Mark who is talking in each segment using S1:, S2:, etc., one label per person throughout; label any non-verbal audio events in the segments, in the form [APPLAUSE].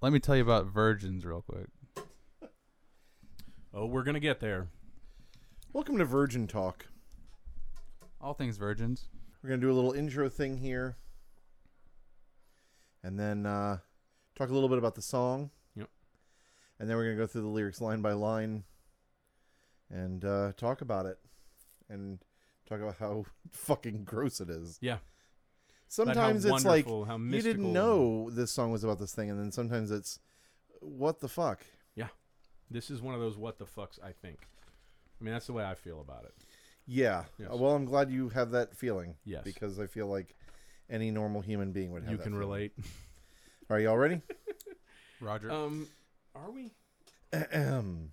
S1: let me tell you about virgins real quick.
S2: Oh, we're gonna get there.
S3: Welcome to Virgin Talk.
S1: All things virgins.
S3: We're gonna do a little intro thing here, and then uh, talk a little bit about the song.
S2: Yep.
S3: And then we're gonna go through the lyrics line by line, and uh, talk about it, and talk about how [LAUGHS] fucking gross it is.
S2: Yeah. About how
S3: Sometimes it's like
S2: wonderful, how
S3: you
S2: mystical.
S3: didn't know this song was about this thing, and then sometimes it's what the fuck.
S2: This is one of those what the fucks. I think. I mean, that's the way I feel about it.
S3: Yeah.
S2: Yes.
S3: Well, I'm glad you have that feeling.
S2: Yes.
S3: Because I feel like any normal human being would have.
S2: You
S3: that
S2: can
S3: feeling.
S2: relate.
S3: Are y'all ready?
S1: Roger.
S2: [LAUGHS]
S3: Uh,
S2: Um, are we?
S3: Ahem.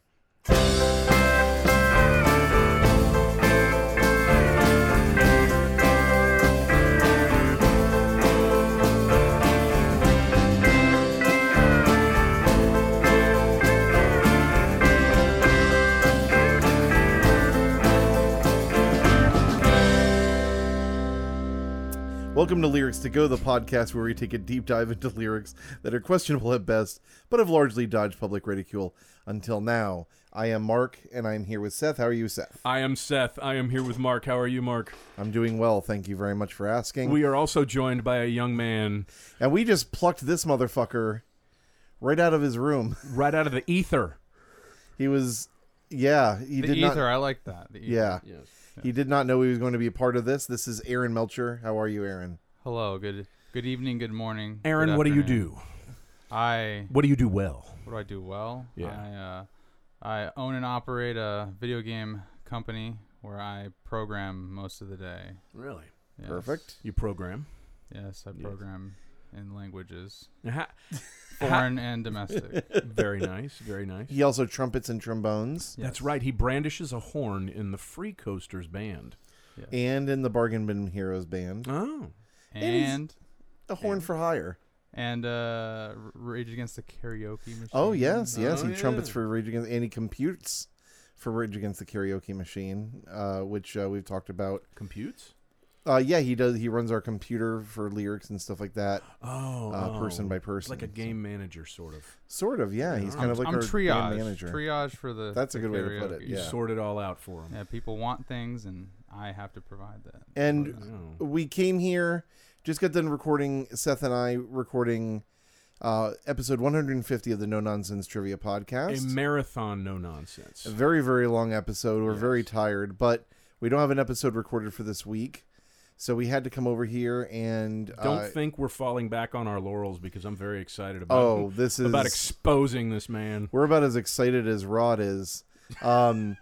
S3: Welcome to Lyrics to Go, the podcast where we take a deep dive into lyrics that are questionable at best, but have largely dodged public ridicule until now. I am Mark, and I'm here with Seth. How are you, Seth?
S2: I am Seth. I am here with Mark. How are you, Mark?
S3: I'm doing well. Thank you very much for asking.
S2: We are also joined by a young man
S3: and we just plucked this motherfucker right out of his room. [LAUGHS]
S2: right out of the ether.
S3: He was, yeah, he
S1: the
S3: did
S1: ether,
S3: not.
S1: I like that. The e- ether.
S3: Yeah,
S2: Yes.
S3: he did not know he was going to be a part of this. This is Aaron Melcher. How are you, Aaron?
S1: Hello. Good. Good evening. Good morning.
S2: Aaron,
S1: good
S2: what do you
S1: afternoon.
S2: do?
S1: I.
S2: What do you do well?
S1: What do I do well?
S2: Yeah.
S1: I, uh, I own and operate a video game company where I program most of the day.
S2: Really?
S1: Yes.
S3: Perfect.
S2: You [LAUGHS] program.
S1: Yes, I
S2: Yes.
S1: program in languages
S2: Ha-
S1: foreign and domestic.
S2: very nice. Very nice.
S3: He also trumpets and trombones,
S1: Yes.
S2: [LAUGHS] That's right. He brandishes a horn in the Free Coasters band.
S3: and in the Bargain Bin Heroes band,
S2: Oh.
S3: he's-
S1: And
S3: a horn for hire.
S1: and uh, R- Rage Against the Karaoke Machine.
S3: Oh yes, yes.
S2: Oh,
S3: he trumpets
S2: yeah.
S3: for Rage Against, and he computes for Rage Against the Karaoke Machine, uh, which uh, we've talked about.
S2: Computes?
S3: Uh, yeah, he does. He runs our computer for lyrics and stuff like that,
S2: Oh.
S3: uh,
S2: oh.
S3: person by
S2: It's
S3: person.
S2: like a game manager, sort of.
S3: sort of. Yeah, he's kind of like
S1: I'm
S3: our
S1: triage.
S3: band manager.
S1: Triage for the.
S3: That's
S1: the
S3: a good way to put it,
S1: karaoke.
S2: You
S3: Yeah.
S2: sort it all out for him.
S1: Yeah, people want things, and I have to provide that.
S3: and
S2: Oh.
S3: we came here, just got done recording. Seth and I recording uh, episode 150 of the No Nonsense Trivia
S2: A
S3: Podcast.
S2: marathon, no nonsense.
S3: A very, very long episode. We're very
S2: Yes.
S3: tired, but we don't have an episode recorded for this week. So we had to come over here and.
S2: Don't
S3: uh,
S2: think we're falling back on our laurels because I'm very excited about
S3: oh, this is.
S2: about exposing this man.
S3: we're about as excited as Rod is. Um,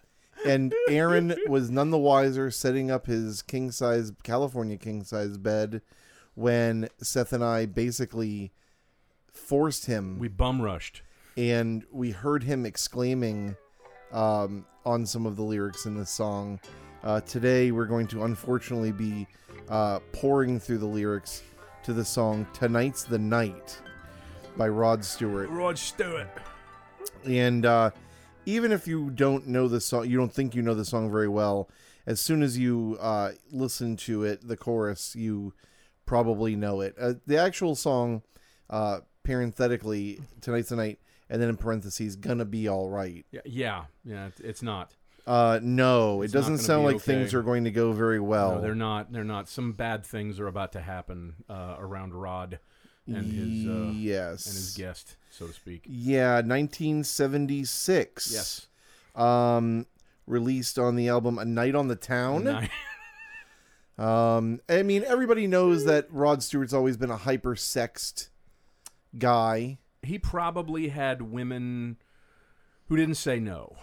S3: and
S2: [LAUGHS]
S3: Aaron was none the wiser setting up his king size, California king size bed when Seth and I basically forced him
S2: We bum rushed.
S3: and we heard him exclaiming um, on some of the lyrics in this song. Uh, today, we're going to unfortunately be uh, pouring through the lyrics to the song Tonight's the Night by Rod Stewart.
S2: Rod Stewart.
S3: And uh, even if you don't know the song, you don't think you know the song very well, as soon as you uh, listen to it, the chorus, you probably know it. Uh, the actual song, uh, parenthetically, Tonight's the Night, and then in parentheses, Gonna Be Alright.
S2: Yeah, yeah, yeah. it- It's not.
S3: Uh, no,
S2: not
S3: it doesn't
S2: gonna
S3: sound
S2: be
S3: like
S2: okay.
S3: things are going to go very well.
S2: No, they're not. They're not. Some bad things are about to happen uh, around Rod and his uh, and
S3: yes.
S2: his guest, so to speak.
S3: yeah, 1976.
S2: Yes.
S3: Um, released on the album A Night on the Town.
S2: Ni-
S3: Um, I mean, everybody knows that Rod Stewart's always been a hyper sexed guy.
S2: [LAUGHS] he probably had women who didn't say no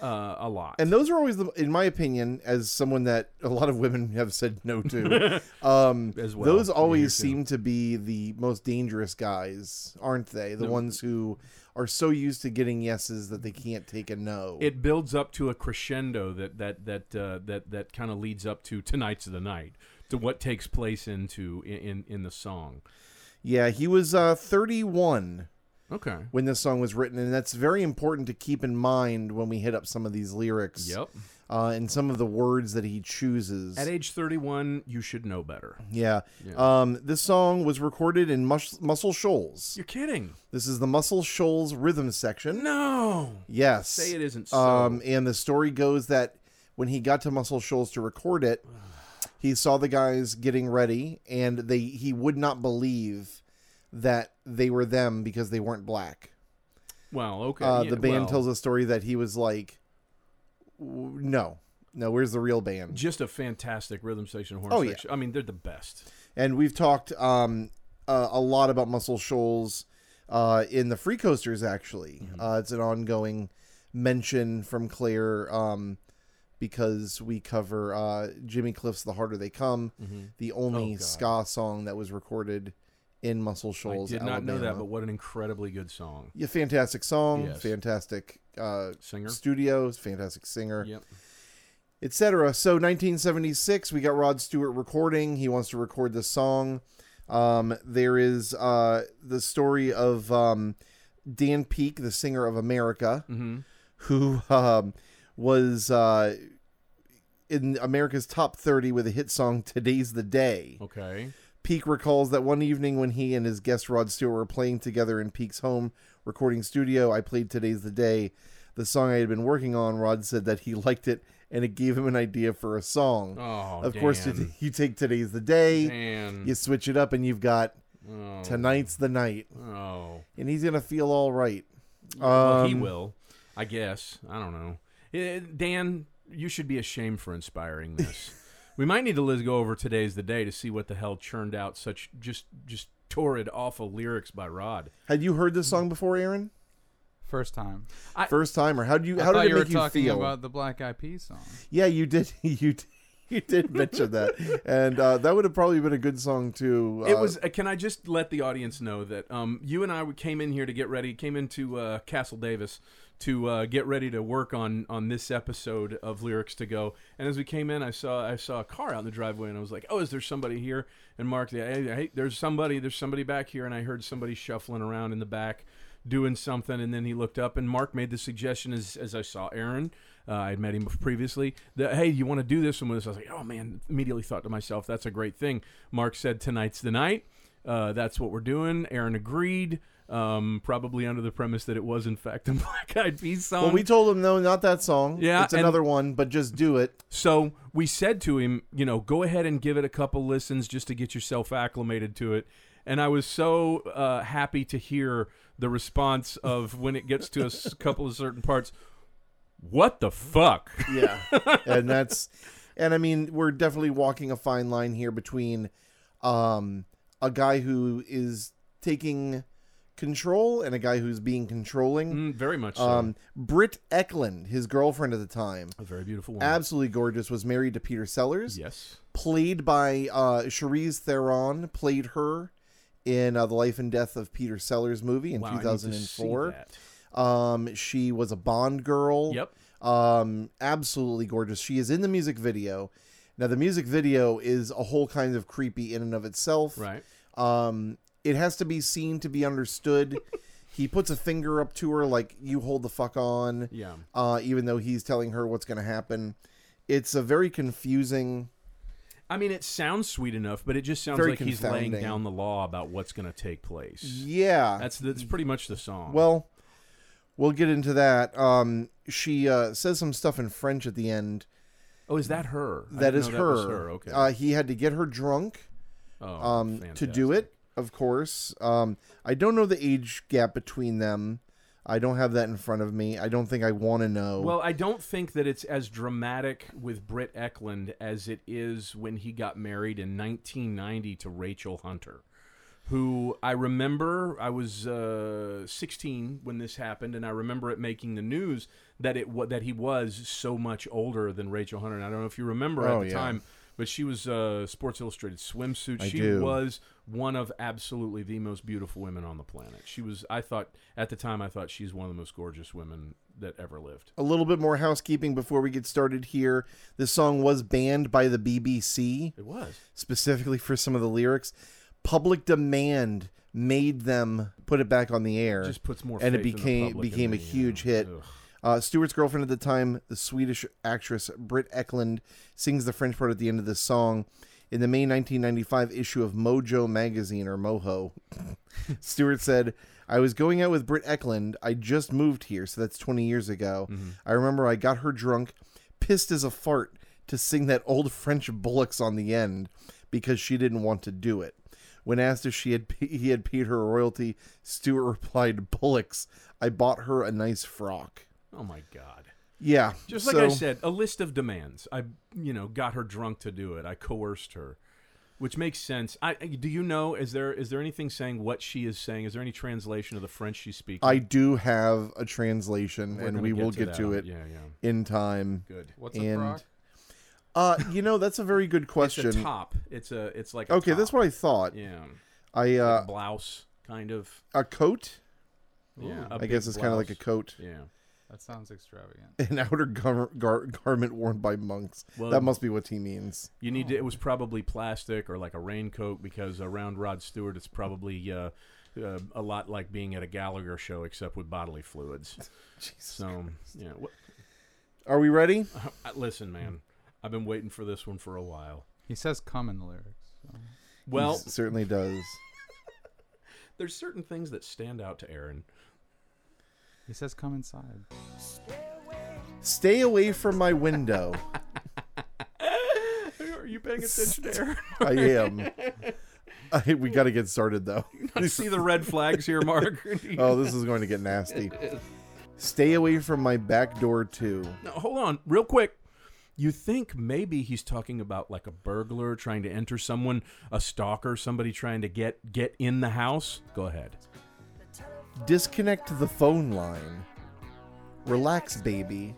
S2: uh, a lot.
S3: And those are always, the, in my opinion, as someone that a lot of women have said no to, um,
S2: As [LAUGHS] well.
S3: those
S2: Me too.
S3: always seem to be the most dangerous guys, aren't they? The ones who are so used to getting yeses that they can't take a no.
S2: it builds up to a crescendo that that that uh, that that kind of leads up to tonight's the night to what takes place into in in the song.
S3: yeah, he was uh, 31
S2: Okay.
S3: when this song was written, and that's very important to keep in mind when we hit up some of these lyrics
S2: Yep.
S3: uh, and some of the words that he chooses.
S2: At age 31, you should know better.
S3: yeah.
S2: Yeah.
S3: Um, this song was recorded in Mus- Muscle Shoals.
S2: You're kidding.
S3: This is the Muscle Shoals rhythm
S2: [LAUGHS]
S3: section.
S2: No.
S3: Yes.
S2: Say it isn't so.
S3: Um, and the story goes that when he got to Muscle Shoals to record it, he saw the guys getting ready, and they he would not believe that they were them because they weren't black.
S2: well, okay.
S3: Uh,
S2: yeah,
S3: the band
S2: well,
S3: tells a story that he was like, "W- "No, no, where's the real band?"
S2: Just a fantastic rhythm section, horn
S3: Oh, yeah.
S2: section. I mean, they're the best.
S3: And we've talked um, uh, a lot about Muscle Shoals uh, in the Free Coasters. Actually,
S2: Mm-hmm.
S3: uh, it's an ongoing mention from Claire um, because we cover uh, Jimmy Cliff's "The Harder They Come," the only
S2: Mm-hmm. Oh, God.
S3: ska song that was recorded in Muscle Shoals.
S2: I did not know that,
S3: Alabama.
S2: but what an incredibly good song.
S3: yeah, fantastic song,
S2: Yes.
S3: fantastic uh,
S2: Singer.
S3: studio, fantastic singer.
S2: Yep.
S3: etc. So 1976, we got Rod Stewart recording. He wants to record the song. Um, there is uh, the story of um, Dan Peek, the singer of America,
S2: Mm-hmm.
S3: who um, was uh, in America's top 30 with a hit song "Today's the Day."
S2: Okay.
S3: Peak recalls that one evening when he and his guest Rod Stewart were playing together in Peak's home recording studio, I played Today's the Day, the song I had been working on. Rod said that he [LAUGHS] liked it and it gave him an idea for a song.
S2: Oh,
S3: of course,
S2: Dan.
S3: you, you take Today's the Day,
S2: Dan.
S3: you switch it up, and you've got
S2: Oh.
S3: Tonight's the Night.
S2: Oh.
S3: And he's going to feel all right.
S2: Well, he
S3: Um,
S2: will, I guess. I don't know. Eh, Dan, you should be ashamed for inspiring this. we might need to let's go over today's the day to see what the hell churned out such just just torrid awful lyrics by Rod.
S3: Had you heard this song before, Aaron?
S1: First time.
S3: First time, or how do you?
S1: I
S3: How
S1: thought
S3: did it
S1: you
S3: make
S1: were
S3: you
S1: talking
S3: feel?
S1: about the Black Eyed Peas song.
S3: Yeah, you did. [LAUGHS] You did. You did
S1: [LAUGHS]
S3: mention that, and uh, that would have probably been a good song too.
S2: It
S3: uh,
S2: was. Uh, can I just let the audience know that um, you and I came in here to get ready, came into uh, Castle Davis to uh, get ready to work on on this episode of Lyrics to Go. And as we came in, I saw I saw a car out in the driveway, and I was like, "Oh, is there somebody here?" And Mark, hey, hey, there's somebody, there's somebody back here, and I heard somebody shuffling around in the back doing something and then he looked up and mark made the suggestion as, as i saw aaron uh, i had met him previously that hey you want to do this one with us i was like oh man immediately thought to myself that's a great thing mark said tonight's the night uh, that's what we're doing aaron agreed um, probably under the premise that it was in fact a [LAUGHS] black eyed peas song
S3: Well, we told him no, not that song.
S2: Um, Yeah,
S3: it's
S2: and-
S3: another one, but just do it.
S2: So we said to him, you know, go ahead and give it a couple listens just to get yourself acclimated to it. And I was so uh, happy to hear the response of when it gets to a s- couple of certain parts. What the fuck?
S3: Yeah, [LAUGHS] and that's, and I mean, we're definitely walking a fine line here between, um, a guy who is taking control and a guy who's being controlling.
S2: Mm, very much so.
S3: Um, Britt Eklund, his girlfriend at the time,
S2: a very beautiful woman.
S3: absolutely gorgeous, was married to Peter Sellers.
S2: yes.
S3: played by uh, Charlize Theron, played her in uh, the Life and Death of Peter Sellers movie in
S2: Wow, I need to see
S3: 2004.
S2: that.
S3: Um, she was a Bond girl.
S2: Yep.
S3: Um, absolutely gorgeous. She is in the music video. Now the music video is a whole kind of creepy in and of itself.
S2: Right.
S3: Um, it has to be seen to be understood. [LAUGHS] he puts a finger up to her like you hold the fuck on
S2: Yeah.
S3: uh, even though he's telling her what's going to happen. It's a very confusing
S2: I mean, it sounds sweet enough, but it just sounds
S3: Very
S2: like he's laying
S3: confounding.
S2: down the law about what's going to take place.
S3: yeah.
S2: That's that's pretty much the song.
S3: Well, we'll get into that. Um, she uh, says some stuff in French at the end.
S2: oh, is that her? I
S3: That
S2: didn't
S3: is
S2: know
S3: her.
S2: was her. Okay.
S3: Uh, he had to get her drunk
S2: Oh,
S3: um, to do
S2: fantastic.
S3: it, of course. Um, I don't know the age gap between them. I don't have that in front of me. I don't think I want to know.
S2: Well, I don't think that it's as dramatic with Britt Eklund as it is when he got married in 1990 to Rachel Hunter, who I remember I was uh, 16 when this happened, and I remember it making the news that it wa- that he was so much older than Rachel Hunter. And I don't know if you remember
S3: Oh,
S2: at the
S3: yeah.
S2: time, but she was uh, Sports Illustrated swimsuit.
S3: I
S2: she
S3: do.
S2: was one of absolutely the most beautiful women on the planet. She was, I thought at the time, I thought she's one of the most gorgeous women that ever lived.
S3: a little bit more housekeeping before we get started here. This song was banned by the BBC
S2: It was.
S3: specifically for some of the lyrics. Public demand made them put it back on the air.
S2: Just puts more.
S3: and it
S2: faith in the
S3: became
S2: public in
S3: became a
S2: me, you know.
S3: huge hit.
S2: Ugh.
S3: Uh, Stewart's girlfriend at the time, the Swedish actress Britt Eklund, sings the French part at the end of this song. In the May 1995 issue of Mojo magazine or Moho, Stewart said, I was going out with Britt Eklund. I just moved here, so that's 20 years ago.
S2: Mm-hmm.
S3: I remember I got her drunk, pissed as a fart to sing that old [LAUGHS] French bullocks on the end because she didn't want to do it. When asked if she had [LAUGHS] pe- he had paid her royalty, Stewart replied, "Bullocks, I bought her a nice frock."
S2: Oh my god.
S3: Yeah,
S2: Just like
S3: so-
S2: I said, a list of demands. I, you know, got her drunk to do it. I coerced her, which makes sense. I do you know is there is there anything saying what she is saying? Is there any translation of the French she's speaking?
S3: I do have a translation,
S2: We're
S3: and
S2: gonna
S3: we will
S2: that.
S3: get to it
S2: Yeah, yeah.
S3: in time.
S2: Good.
S1: What's a
S3: And
S1: frog?
S3: Uh, you know, that's a very good question.
S2: [LAUGHS] It's a top. It's a. It's like a
S3: okay,
S2: Top.
S3: that's what I thought.
S2: Yeah.
S3: I uh,
S2: blouse kind of.
S3: a coat.
S2: Yeah.
S1: Ooh,
S2: a
S3: I guess
S2: big
S3: it's kind of like a
S2: blouse.
S3: coat. [LAUGHS]
S2: Yeah.
S1: that sounds extravagant.
S3: An outer gar- gar- garment worn by monks.
S2: Well-
S3: that must be what he means.
S2: You need to, it was probably plastic or like a raincoat because around Rod Stewart, it's probably uh, uh, a lot like being at a Gallagher show except with bodily [LAUGHS] fluids. so yeah, wh-
S3: Are we ready?
S2: I- listen, man, I've been waiting for this one for a while.
S1: He says "come" in the lyrics. So.
S2: [LAUGHS] Well,
S3: He certainly does.
S2: there's certain things that stand out to Aaron.
S1: He says "come inside."
S3: Stay away from my window.
S2: [LAUGHS] Are you [LAUGHS] paying attention to Aaron?
S3: I am. I, we got to get
S2: [LAUGHS]
S3: started though.
S2: you see the red flags here, [LAUGHS] Mark?
S3: Oh, this is going to get nasty. Stay away from my back door too.
S2: Now, hold on, real quick. You think maybe he's talking about like a burglar trying to enter someone, a stalker, somebody trying to get get in the house? Go ahead.
S3: Disconnect the phone line. Relax, baby,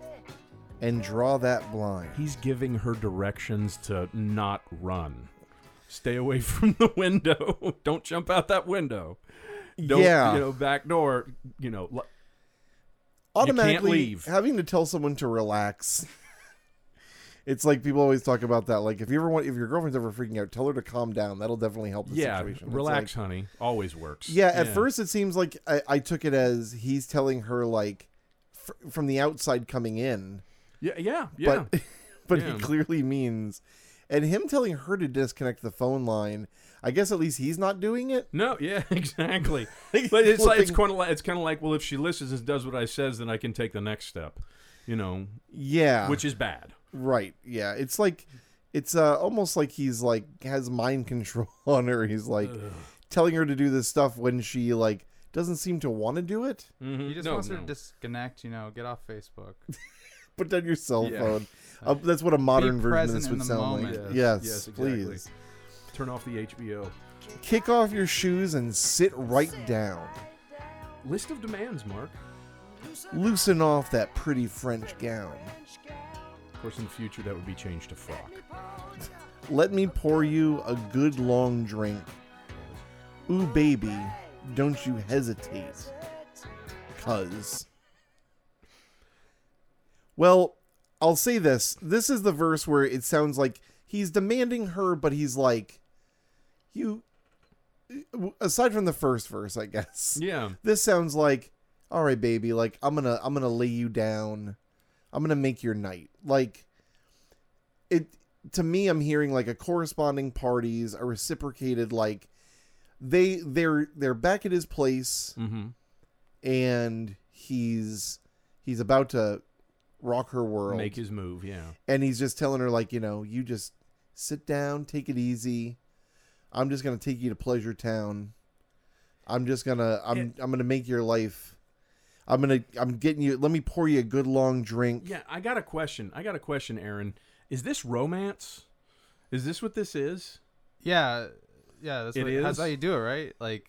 S3: and draw that blind.
S2: He's giving her directions to not run. Stay away [LAUGHS] from the window. [LAUGHS] Don't jump out that window. Don't,
S3: yeah.
S2: You know, back door. You know, l-
S3: automatically
S2: leave.
S3: having to tell someone to relax. [LAUGHS] It's like people always talk about that. Like if you ever want, if your girlfriend's ever freaking out, tell her to calm down. That'll definitely help the
S2: yeah.
S3: situation. It's
S2: Relax,
S3: like-
S2: honey. Always works.
S3: yeah. At first, it seems like I, I took it as he's telling her like fr- from the outside coming in,
S2: Yeah. Yeah. Yeah.
S3: but [LAUGHS] but
S2: Yeah.
S3: he clearly means, and him telling her to disconnect the phone line. I guess at least he's not doing it.
S2: No, [LAUGHS] yeah,
S3: [LAUGHS]
S2: exactly. But it's like it's
S3: Flipping-
S2: kind of like it's kind of like well, if she listens and does what I says, then I can take the next step, you know,
S3: Yeah,
S2: which is bad.
S3: Right. Yeah. It's like it's uh, almost like he's like has mind [LAUGHS] control on her. He's like telling her to do this stuff when she like doesn't seem to want to do it. [LAUGHS]
S1: He just
S2: Mm-hmm. No,
S1: wants her
S2: no.
S1: to disconnect. You know, get off Facebook. [LAUGHS]
S3: Put down your cell
S2: Yeah.
S3: phone. Uh, that's what a modern version of
S1: present
S3: this
S1: in
S3: would
S1: the
S3: sound like.
S1: moment.
S3: Yes,
S2: Yes, yes, exactly.
S3: please.
S2: Turn off the HBO.
S3: Kick off your shoes and sit right down.
S2: List of demands, Mark.
S3: Loosen off that pretty French gown.
S2: Of course, in the future that would be changed to frock.
S3: Let me pour you a good long drink. Ooh, baby, don't you hesitate. Cuz. Well, I'll say this. This is the verse where it sounds like he's demanding her, but he's like, you. Aside from the first verse, I guess.
S2: Yeah,
S3: This sounds like, all right, baby. Like I'm gonna, I'm gonna lay you down. I'm gonna make your night. Like it to me. I'm hearing like a corresponding parties, a reciprocated like they they're they're back at his place
S2: mm-hmm.
S3: and he's he's about to rock her world
S2: make his move. Yeah,
S3: and he's just telling her like you know you just sit down take it easy i'm just gonna take you to pleasure town i'm just gonna i'm i'm gonna make your life i'm gonna i'm getting you let me pour you a good long drink
S2: [LAUGHS] yeah. I got a question. I got a question, Aaron. Is this romance? Is this what this is?
S1: Yeah, yeah. That's,
S2: It
S1: what, that's
S2: is?
S1: how you do it, right?
S2: [LAUGHS]
S1: Like,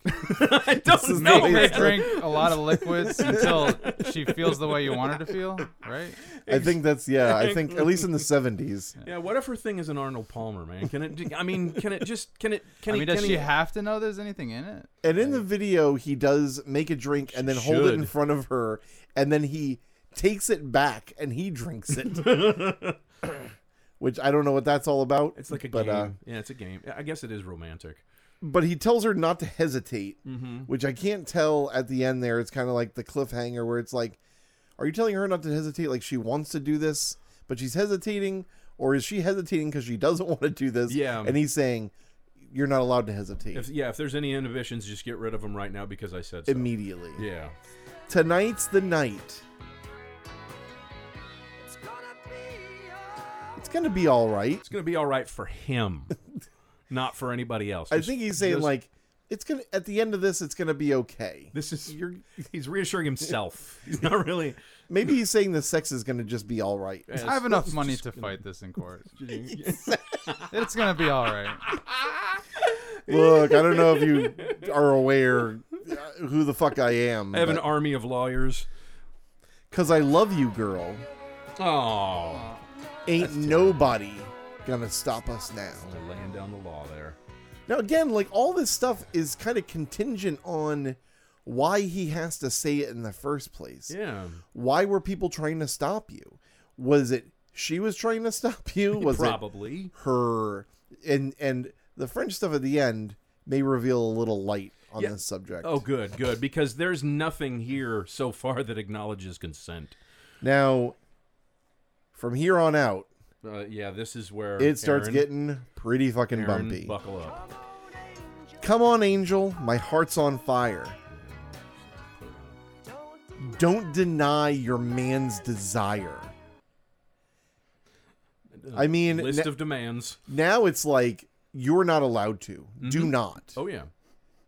S2: I don't
S3: is
S2: know,
S3: the-
S1: make
S2: man.
S1: her drink a lot of liquids until she feels the way you want her to feel, right?
S3: i think that's yeah i think at least in the 70s
S2: Yeah, what if her thing is an Arnold Palmer, man? Can it? I mean, can it just? Can it? Can
S1: I mean,
S2: it?
S1: does
S2: can
S1: she
S2: it-
S1: have to know there's anything in it?
S3: and in the video he does make a drink and then hold it in
S2: Should.
S3: front of her and then he takes it back and he drinks it
S2: [LAUGHS]
S3: [COUGHS] which i don't know what that's all about
S2: It's like a
S3: but
S2: game.
S3: uh
S2: yeah, it's a game. I guess it is romantic.
S3: but he tells her not to hesitate,
S2: Mm-hmm.
S3: which I can't tell at the end there. It's kind of like the cliffhanger where it's like, are you telling her not to hesitate? Like she wants to do this, but she's hesitating, or is she hesitating because she doesn't [LAUGHS] want to do this?
S2: Yeah.
S3: And he's saying, you're not allowed to hesitate
S2: If, yeah, if there's any inhibitions, just get rid of them right now because I said so.
S3: immediately.
S2: Yeah.
S3: Tonight's the night. It's gonna be all right.
S2: It's going to be all right for him, not for anybody else.
S3: I
S2: Just-
S3: think he's saying
S2: just-
S3: like it's gonna at the end of this it's gonna be okay.
S2: this is you're, he's reassuring himself. He's not really
S3: Maybe he's saying the sex is gonna just be all right.
S1: I have enough money to fight this [LAUGHS] in court. it's gonna be all right.
S3: Look, I don't know if you are aware uh, who the fuck I am.
S2: I have an army of lawyers.
S3: Because I love you, girl.
S2: Oh,
S3: Ain't nobody gonna stop us now.
S2: they're laying down the law there.
S3: Now, again, like all this stuff is kind of contingent on why he has to say it in the first place.
S2: Yeah,
S3: Why were people trying to stop you? Was it she was trying to stop
S2: [LAUGHS]
S3: you? Was it
S2: probably.
S3: her? And and the French stuff at the end may reveal a little light on
S2: Yeah.
S3: this subject.
S2: Oh, good, good. Because there's nothing here so far that acknowledges consent.
S3: Now, from here on out,
S2: Uh, yeah, this is where
S3: it starts
S2: Aaron-
S3: getting pretty fucking
S2: Aaron,
S3: bumpy.
S2: Buckle up.
S3: Come on, Angel, my heart's on fire. Don't deny your man's desire. I mean,
S2: List
S3: na-
S2: of demands.
S3: now it's like you're not allowed to. Do not.
S2: Oh yeah.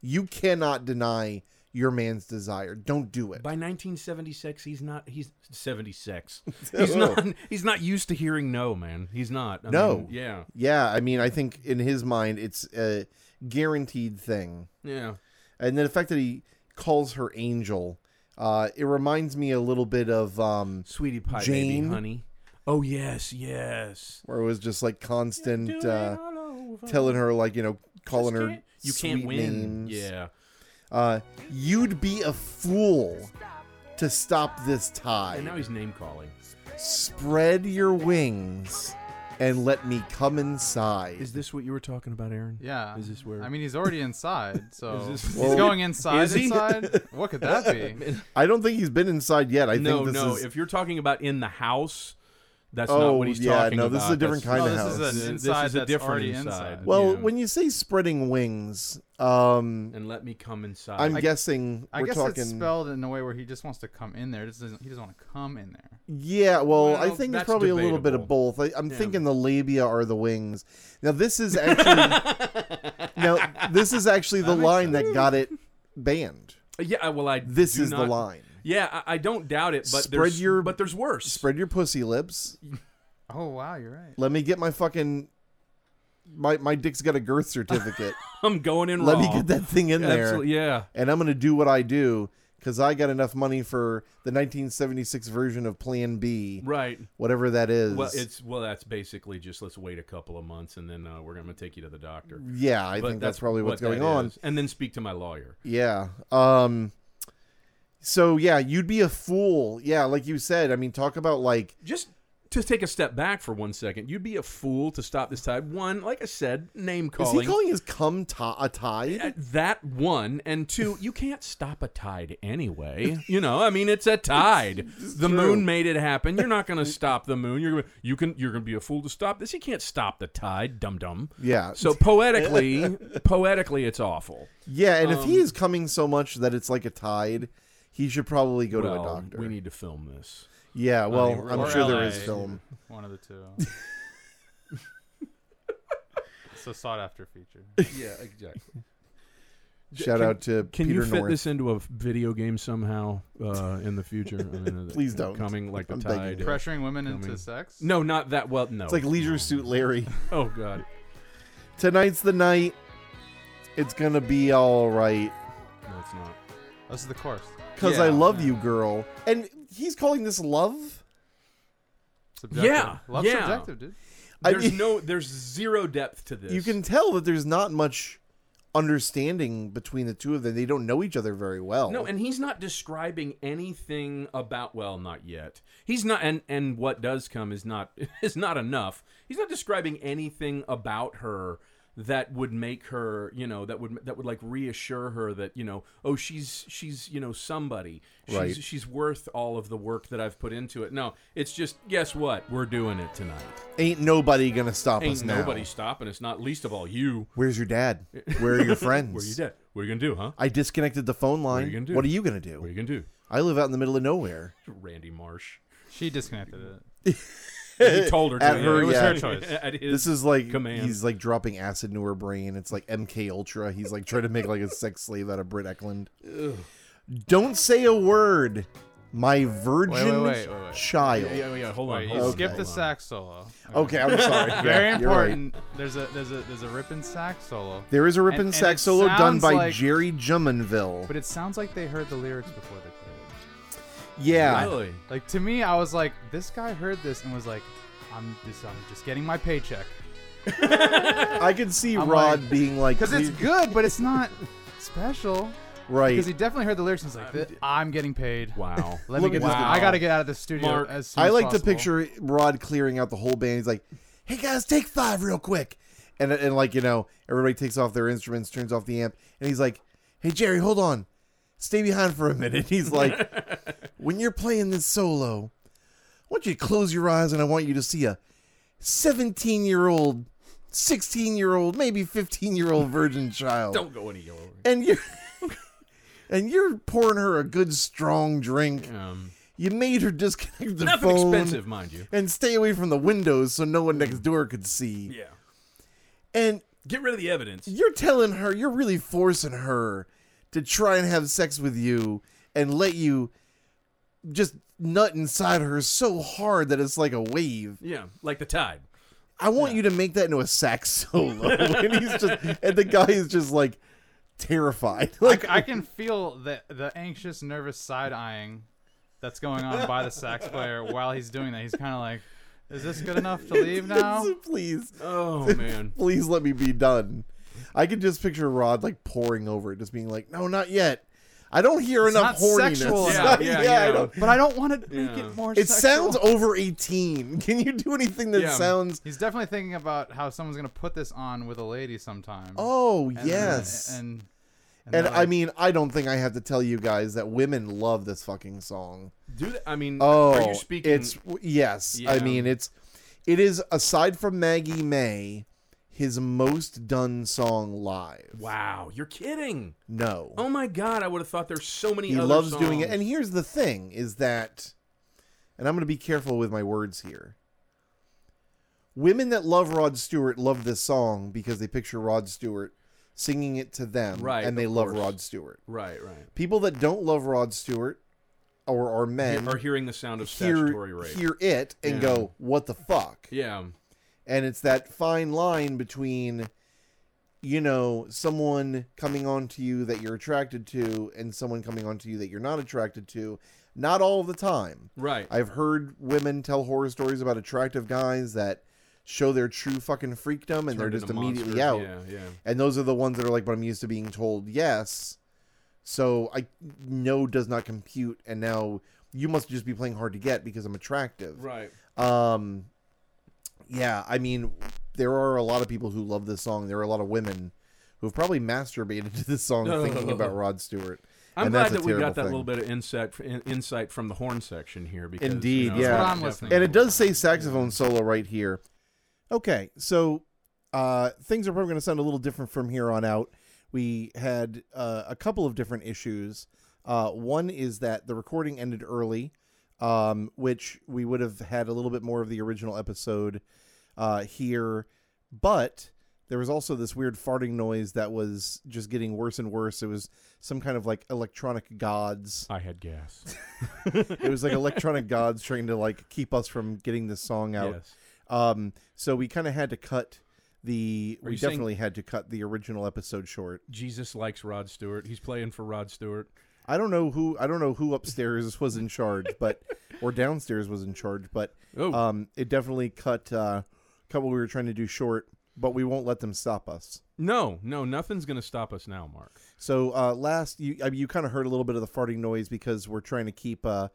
S3: You cannot deny your man's desire. Don't do it.
S2: By 1976, he's not. He's
S3: [LAUGHS]
S2: 76. He's not. He's not used to hearing no, man. He's not. I
S3: Oh. No.
S2: mean, yeah.
S3: Yeah, I mean, I think in his mind, it's a guaranteed thing.
S2: Yeah.
S3: and then the fact that he calls her angel uh it reminds me a little bit of um
S2: Sweetie pie,
S3: Jane.
S2: baby, honey. Oh yes, yes.
S3: where it was just like constant
S2: Do it
S3: uh
S2: all over.
S3: telling her like you know calling
S2: Just
S3: her
S2: can't- You can't
S3: sweet
S2: win.
S3: names.
S2: Yeah.
S3: uh you'd be a fool to stop this
S2: And now
S3: tie
S2: he's name calling.
S3: spread your wings and let me come inside
S2: Is this what you were talking about, Aaron?
S1: Yeah.
S2: Is this where?
S1: I mean, he's already inside, so
S2: Is this-
S1: he's
S2: Well-
S1: going inside.
S2: Is he?
S1: Inside. What could that be?
S3: i don't think he's been inside yet i
S2: no,
S3: think this
S2: no.
S3: is
S2: If you're talking about in the house, that's
S3: Oh,
S2: not what he's
S3: yeah,
S2: talking
S3: no,
S2: about.
S3: this is a different
S2: That's-
S3: kind
S1: No, this
S3: of
S1: is
S3: house.
S1: an inside
S2: This is a
S1: that's
S2: different
S1: already
S2: inside.
S1: inside.
S3: well
S2: yeah.
S3: when you say spreading wings um
S2: And let me come inside.
S3: i'm guessing
S1: I
S3: we're
S1: guess
S3: talking
S1: it's spelled in a way where he just wants to come in there. It just doesn't, he doesn't want to come in there.
S3: Yeah, well, I
S2: Well,
S3: think it's
S2: that's
S3: probably a little bit of both. I, I'm thinking the labia are the wings. Now this is actually
S2: [LAUGHS]
S3: now this is actually the line that got it banned.
S2: yeah. Well, I.
S3: This
S2: do
S3: is the
S2: not-
S3: line.
S2: Yeah, I, I don't doubt it. But
S3: Spread
S2: there's
S3: your-
S2: But there's worse.
S3: Spread your pussy lips.
S1: Oh wow, you're right.
S3: Let me get my fucking my my dick's got a girth
S2: [LAUGHS]
S3: certificate.
S2: [LAUGHS] I'm going in
S3: Let
S2: raw.
S3: me get that thing in there,
S2: Absolutely. Yeah.
S3: and I'm gonna do what I do because I got enough money for the 1976 version of Plan B,
S2: Right.
S3: whatever that is.
S2: Well, it's well. That's basically just let's wait a couple of months and then uh, we're gonna take you to the doctor.
S3: yeah, I think that's, probably what's
S2: what that
S3: going on.
S2: is. And then speak to my lawyer.
S3: Yeah. Um so yeah, you'd be a fool. Yeah, like you said, I mean talk about like
S2: Just to take a step back for one second, you'd be a fool to stop this tide. One, like I said, name calling.
S3: is he calling his cum ti- a tide?
S2: Uh, that one and two you can't stop a tide anyway you know i mean it's a tide
S3: [LAUGHS]
S2: the moon made it happen you're not going to stop the moon you're gonna, you can you're going to be a fool to stop this you can't stop the tide dum dum
S3: Yeah. [LAUGHS]
S2: so poetically poetically it's awful
S3: yeah, and if he
S2: um,
S3: is coming so much that it's like a tide, he should probably go to a
S2: Well,
S3: doctor.
S2: we need to film
S3: [LAUGHS]
S2: this
S3: yeah, well,
S2: mean,
S3: I'm
S1: Or
S3: sure there
S1: LA.
S3: is film.
S1: One of the two. it's a sought after feature.
S2: yeah exactly
S3: Shout
S2: Can-
S3: out to
S2: can
S3: Peter
S2: you fit
S3: North.
S2: this into a video game somehow uh, in the future I
S3: [LAUGHS]
S2: mean, uh,
S3: Please don't.
S2: coming like the
S3: I'm begging
S2: tide
S3: you.
S1: Pressuring women
S2: Filming.
S1: into sex.
S2: no not that well no
S3: It's like Leisure Suit Larry.
S2: oh god
S3: Tonight's the night. It's going to be all right
S2: no it's not
S1: this is the course.
S3: cuz
S2: Yeah.
S3: I love you, girl. And he's calling this love?
S1: Subjective.
S2: Yeah,
S1: Love's
S2: yeah.
S1: subjective, dude.
S3: I
S2: There's
S3: mean-
S2: no, there's zero depth to this.
S3: you can tell that there's not much understanding between the two of them. They don't know each other very well.
S2: no, and he's not describing anything about. Well, not yet. He's not, and and [LAUGHS] what does come is not is not enough. He's not describing anything about her that would make her, you know, that would that would like reassure her that you know, oh, she's she's you know somebody. She's,
S3: Right.
S2: She's worth all of the work that I've put into it. No, it's just guess what? We're doing it tonight.
S3: Ain't nobody gonna stop us
S2: Ain't
S3: now.
S2: nobody stopping us. Not least of all you.
S3: Where's your dad?
S2: [LAUGHS]
S3: Where are your friends?
S2: Where you at? What are you gonna do, huh?
S3: I disconnected the phone line.
S2: you gonna do?
S3: What are you gonna do?
S2: What are you gonna do,
S3: I live out in the middle of nowhere.
S2: Randy Marsh?
S1: She disconnected it.
S2: He told her to.
S3: At
S2: yeah.
S3: her,
S1: it was
S3: yeah.
S1: her choice.
S2: [LAUGHS] At his- Oh,
S3: This is like
S2: command.
S3: he's like dropping acid into her brain. It's like MK Ultra. He's like trying to make like a sex slave out of Britt Eklund. Don't say a word, my virgin
S1: wait, wait, wait.
S3: child.
S2: yeah, yeah, yeah, hold on.
S1: Wait,
S2: hold
S1: you
S2: on,
S1: skipped
S2: hold
S1: the
S2: on.
S1: sax solo.
S3: Okay,
S2: [LAUGHS]
S3: I'm sorry. Yeah,
S1: Very
S3: you're right.
S1: important. There's a there's a there's a ripping sax solo.
S3: There is a ripping
S1: And- and
S3: sax
S1: it
S3: solo done
S1: sounds
S3: by
S1: like-
S3: Jerry Jumonville.
S1: But it sounds like they heard the lyrics before they played
S3: yeah,
S2: Really?
S1: it. Like to me, I was like, this guy heard this and was like, I'm just I'm just getting my paycheck
S3: I could see
S1: I'm
S3: Rod
S1: like-
S3: being like,
S1: because it's
S3: [LAUGHS] "We-
S1: good, but it's not special.
S3: right.
S1: Because he definitely heard the lyrics and was like, "Th- I'm getting paid.
S2: Wow.
S1: Let
S3: Um, Look
S1: me
S3: at
S1: get this.
S3: this
S1: I gotta get out of the studio
S2: Mark,
S1: as soon
S3: I
S1: as
S3: like to
S1: possible."
S3: picture Rod clearing out the whole band. He's like, "Hey guys, take five real quick," and and like you know, everybody takes off their instruments, turns off the amp, and he's like, "Hey Jerry, hold on, stay behind for a minute." [LAUGHS] He's like, "When you're playing this solo, I want you to close your eyes, and I want you to see a 17 year old, 16 year old, maybe 15 year old virgin
S2: [LAUGHS]
S3: child."
S2: Don't go any yellower.
S3: and you're [LAUGHS] and you're pouring her a good strong drink.
S2: Um,
S3: You made her disconnect the
S2: nothing
S3: phone
S2: expensive, mind you.
S3: and stay away from the windows so no one next door could see.
S2: Yeah.
S3: And
S2: Get rid of the evidence.
S3: you're telling her, you're really forcing her to try and have sex with you and let you just nut inside her so hard that it's like a wave.
S2: Yeah, like the tide.
S3: I want you to make that into a sax [LAUGHS]
S2: [LAUGHS]
S3: solo. and he's just and the guy is just like terrified. [LAUGHS] Like
S1: I can feel the the anxious, nervous side eyeing that's going on by the sax player while he's doing that. He's kind of like, "Is this good enough to leave now?"
S3: [LAUGHS] please. [LAUGHS]
S2: Oh man.
S3: please let me be done. I could just picture Rod like pouring over it, just being like, no, not yet. I don't hear
S1: not
S3: enough horniness.
S1: sexual
S3: [LAUGHS]
S2: enough. Yeah, yeah,
S3: I
S2: yeah.
S3: don't-
S1: But I don't want to make
S2: Yeah.
S1: it more.
S3: It
S1: sexual.
S3: sounds over 18. [LAUGHS] Can you do anything that
S2: Yeah.
S3: sounds.
S1: He's definitely thinking about how someone's gonna put this on with a lady sometime.
S3: Oh,
S2: uh,
S1: And-
S3: yes. And,
S1: And they're
S3: I
S1: like,
S3: mean, I don't think I have to tell you guys that women love this fucking song.
S2: Do th- I mean?
S3: Oh,
S2: are you speaking?
S3: it's yes. I
S2: Yeah.
S3: mean, it's it is aside from Maggie May, his most done song live.
S2: wow, you're kidding.
S3: No,
S2: Oh my god, I would have thought there's so many.
S3: he
S2: other
S3: loves doing it
S2: songs.
S3: and here's the thing is that and i'm going to be careful with my words here women that love rod stewart love this song because they picture rod stewart singing it to them
S2: Right,
S3: and they
S2: of
S3: love
S2: course.
S3: rod stewart
S2: right, right.
S3: people that don't love rod stewart or are men
S2: Are hearing the sound of statutory
S3: hear,
S2: rape.
S3: hear it and
S2: Yeah.
S3: go what the fuck
S2: yeah.
S3: and it's that fine line between you know someone coming on to you that you're attracted to and someone coming on to you that you're not attracted to not all the time
S2: Right.
S3: i've heard women tell horror stories about attractive guys that show their true fucking freakdom and they're
S2: Turned
S3: just
S2: into
S3: immediately
S2: monster.
S3: out
S2: Yeah, yeah.
S3: and those are the ones that are like but i'm used to being told yes so i no does not compute and now you must just be playing hard to get because i'm attractive
S2: Right.
S3: um, yeah, I mean, there are a lot of people who love this song. There are a lot of women who have probably masturbated [LAUGHS] to this song thinking about Rod Stewart.
S2: I'm
S3: and
S2: glad
S3: that's a
S2: that we
S3: terrible
S2: got that
S3: thing.
S2: little bit of insight in, insight from the horn section here. Because,
S3: Indeed,
S2: you know,
S3: yeah. That's
S1: what I'm listening
S3: And it does say saxophone solo right here. Okay, so uh, things are probably going to sound a little different from here on out. We had uh, a couple of different issues. Uh, one is that the recording ended early, um, which we would have had a little bit more of the original episode uh, here, but there was also this weird farting noise that was just getting worse and worse. It was some kind of like electronic gods
S2: I had gas.
S3: [LAUGHS] it was like electronic gods trying to like keep us from getting this song out.
S2: Yes.
S3: Um, so we kind of had to cut the. we
S2: you saying-
S3: definitely had to cut the original episode short.
S2: Jesus likes Rod Stewart. He's playing for Rod Stewart.
S3: I don't know who. I don't know who upstairs was in charge,
S2: [LAUGHS]
S3: but or downstairs was in charge, but
S2: Oh.
S3: um, it definitely cut uh, cut what we were trying to do short. But we won't let them stop us.
S2: No, no, nothing's gonna stop us now, Mark.
S3: So uh, last you I mean, you kind of heard a little bit of the farting noise because we're trying to keep uh,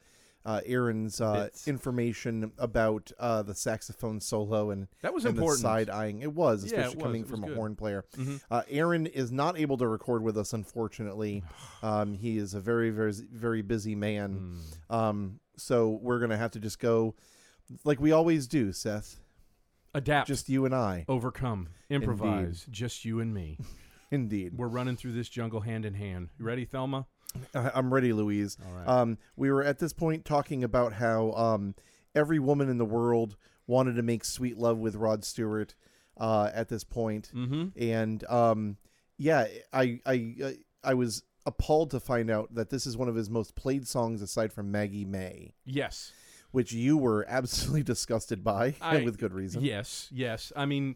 S3: uh, Aaron's uh,
S2: Bits.
S3: information about uh, the saxophone solo and
S2: That was
S3: and
S2: important.
S3: the side eyeing. It was,
S2: Yeah, it
S3: especially
S2: was.
S3: coming
S2: It
S3: from
S2: was
S3: a
S2: good. Mm-hmm.
S3: horn player. Uh, Aaron is not able to record with
S2: [SIGHS]
S3: us, unfortunately. Um, he is a very, very, very busy man.
S2: Hmm.
S3: Um, so we're gonna have to just go, like we always do, Seth.
S2: Adapt,
S3: Just you and I,
S2: overcome, improvise, just you and me.
S3: indeed.
S2: We're running through this jungle hand in hand. You ready, Thelma?
S3: I- I'm ready, Louise. Um, we were at this point talking about how um, every woman in the world wanted to make sweet love with Rod Stewart. Uh, at this point,
S2: Mm-hmm.
S3: and um, yeah, I I uh, I was appalled to find out that this is one of his most played songs aside from Maggie May,
S2: Yes.
S3: which you were [LAUGHS] absolutely disgusted by, [LAUGHS]
S2: I-
S3: and with good reason.
S2: Yes, yes. I mean,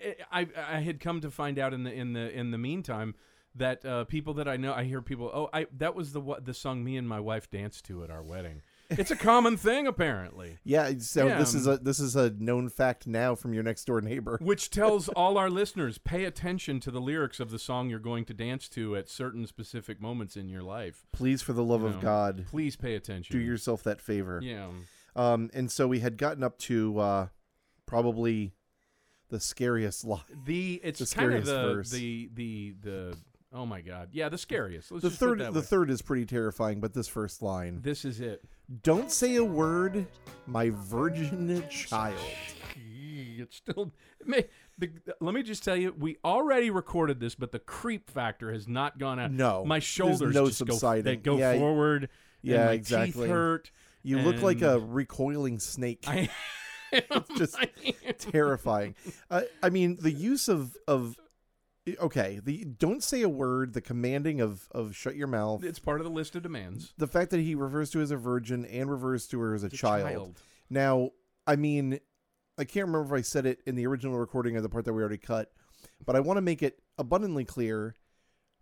S2: I, I I had come to find out in the in the in the meantime that uh, people that I know, I hear people, oh, I that was the wa- the song me and my wife danced to at our wedding. It's a common thing apparently,
S3: Yeah, so
S2: Yeah,
S3: this is
S2: um,
S3: a this is a known fact now from your next
S2: [LAUGHS]
S3: door neighbor.
S2: which tells all our listeners pay attention to the lyrics of the song you're going to dance to at certain specific moments in your life.
S3: Please, for the love
S2: No.
S3: of God,
S2: Please pay attention.
S3: do yourself that favor.
S2: yeah.
S3: Um, and so we had gotten up to uh, probably the scariest line.
S2: The it's
S3: The
S2: kind of
S3: scariest
S2: the
S3: verse.
S2: the the the oh my god yeah the scariest. Let's
S3: The
S2: just put
S3: third,
S2: it that
S3: the
S2: way.
S3: third is pretty terrifying, but this first line.
S2: This is it.
S3: Don't say a word, my virgin child.
S2: It's still. it May, the, let me just tell you, we already recorded this, but the creep factor has not gone out.
S3: No,
S2: my
S3: there's
S2: shoulders
S3: no
S2: just go. They
S3: subsiding.
S2: go
S3: Yeah,
S2: forward. and
S3: yeah,
S2: my
S3: exactly.
S2: Teeth hurt. [LAUGHS]
S3: You look like a
S2: and-
S3: recoiling snake.
S2: I,
S3: It's just [LAUGHS] terrifying. Uh, I mean, the use of of okay, the don't say a word, the commanding of of shut your mouth.
S2: it's part of the list of demands.
S3: the fact that he refers to her as a virgin and refers to her as a child. Now, I mean, I can't remember if I said it in the original recording or the part that we already cut, but I want to make it abundantly clear.